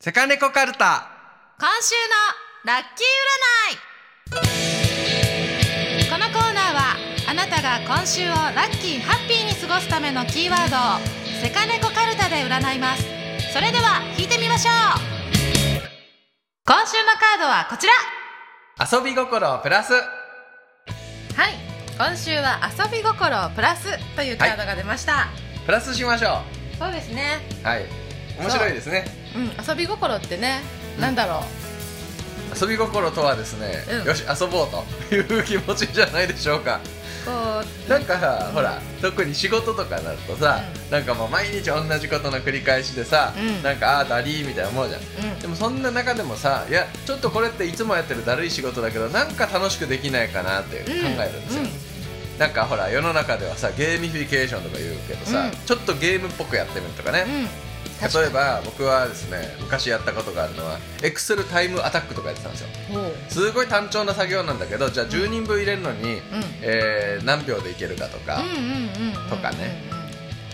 セカネコカルタ今週のラッキー占いこのコーナーはあなたが今週をラッキーハッピーに過ごすためのキーワードをセカネコカルタで占いますそれでは引いてみましょう今週のカードはこちら遊び心プラスはい今週は遊び心プラスというカードが出ました、プラスしましょそうですねうはい面白いですねうん遊び心ってね、なんだろう遊び心とはですね、うんよし遊ぼうという気持ちじゃないでしょうかこうなんかさ、ほら特に仕事とかになるとさ、なんかもう毎日同じことの繰り返しでさ、うんなんかああだりーみたいな思うじゃんうんでもそんな中でもさいやちょっとこれっていつもやってるだるい仕事だけどなんか楽しくできないかなって考えるんですよ、なんかほら世の中ではさゲーミフィケーションとか言うけどさ、うんちょっとゲームっぽくやってみるとかね、うんうん例えば僕はですね昔やったことがあるのはエクセルタイムアタックとかやってたんですよほうすごい単調な作業なんだけどじゃあ10人分入れるのに、えー何秒でいけるかとか、うんうんうんうんうんとかね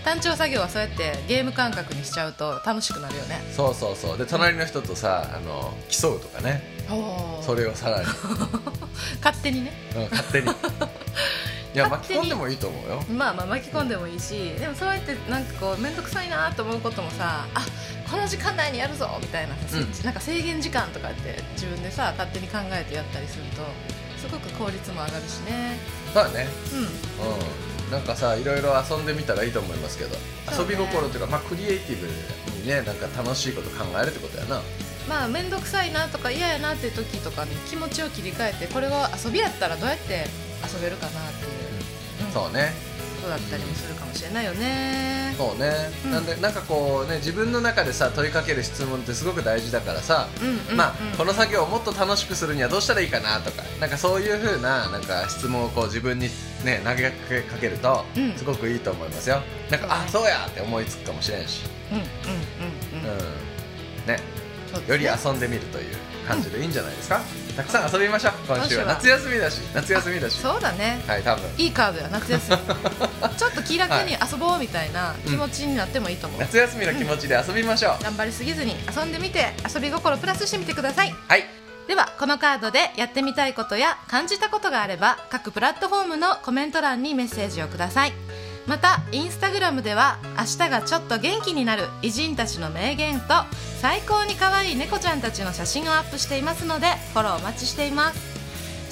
単調作業はそうやってゲーム感覚にしちゃうと楽しくなるよねそうそうそうで隣の人とさあの競うとかねそれをさらに、勝手にねうん、勝 手にいや勝巻手きに込んでもいいと思うよまあまあ巻き込んでもいいしでもそうやってなんかこう面倒くさいなと思うこともさあこの時間内にやるぞみたいなさ、うんなんか制限時間とかって自分でさ勝手に考えてやったりするとすごく効率も上がるしねそうだねううんなんかさいろいろ遊んでみたらいいと思いますけど、そ遊うねび心っていうか、まあ、クリエイティブにねなんか楽しいこと考えるってことやなんまあ面倒くさいなとか嫌やなっていう時とかに気持ちを切り替えてこれは遊びやったらどうやって遊べるかなっていう、うんそうねことだったりもするかもしれないよね。そうね、うんなんでなんかこうね自分の中でさ問いかける質問ってすごく大事だからさ、うんうんうんまあ、この作業をもっと楽しくするにはどうしたらいいかなとかなんかそういうふうななんか質問をこう自分に、ね、投げかけるとうんすごくいいと思いますよ、なんかあそうやって思いつくかもしれんし、うんうんうんうんうんね、そうですねより遊んでみるという感じでいいんじゃないですか、たくさん遊びましょう今週は今夏休みだし夏休みだしはそうだね。い多分いいカードや 夏休み。ちょっと気楽に遊ぼうみたいな気持ちになってもいいと思う。夏休みの気持ちで遊びましょう、頑張りすぎずに遊んでみて遊び心プラスしてみてください。はいではこのカードでやってみたいことや感じたことがあれば各プラットフォームのコメント欄にメッセージをくださいまたインスタグラムでは明日がちょっと元気になる偉人たちの名言と最高に可愛い猫ちゃんたちの写真をアップしていますのでフォローお待ちしています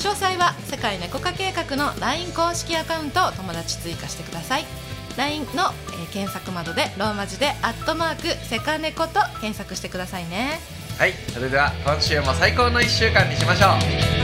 詳細は世界猫化計画の LINE 公式アカウントを友達追加してください LINE の、えー検索窓でローマ字で「アットマークセカネコ」と検索してくださいねはいそれでは今週も最高の1週間にしましょう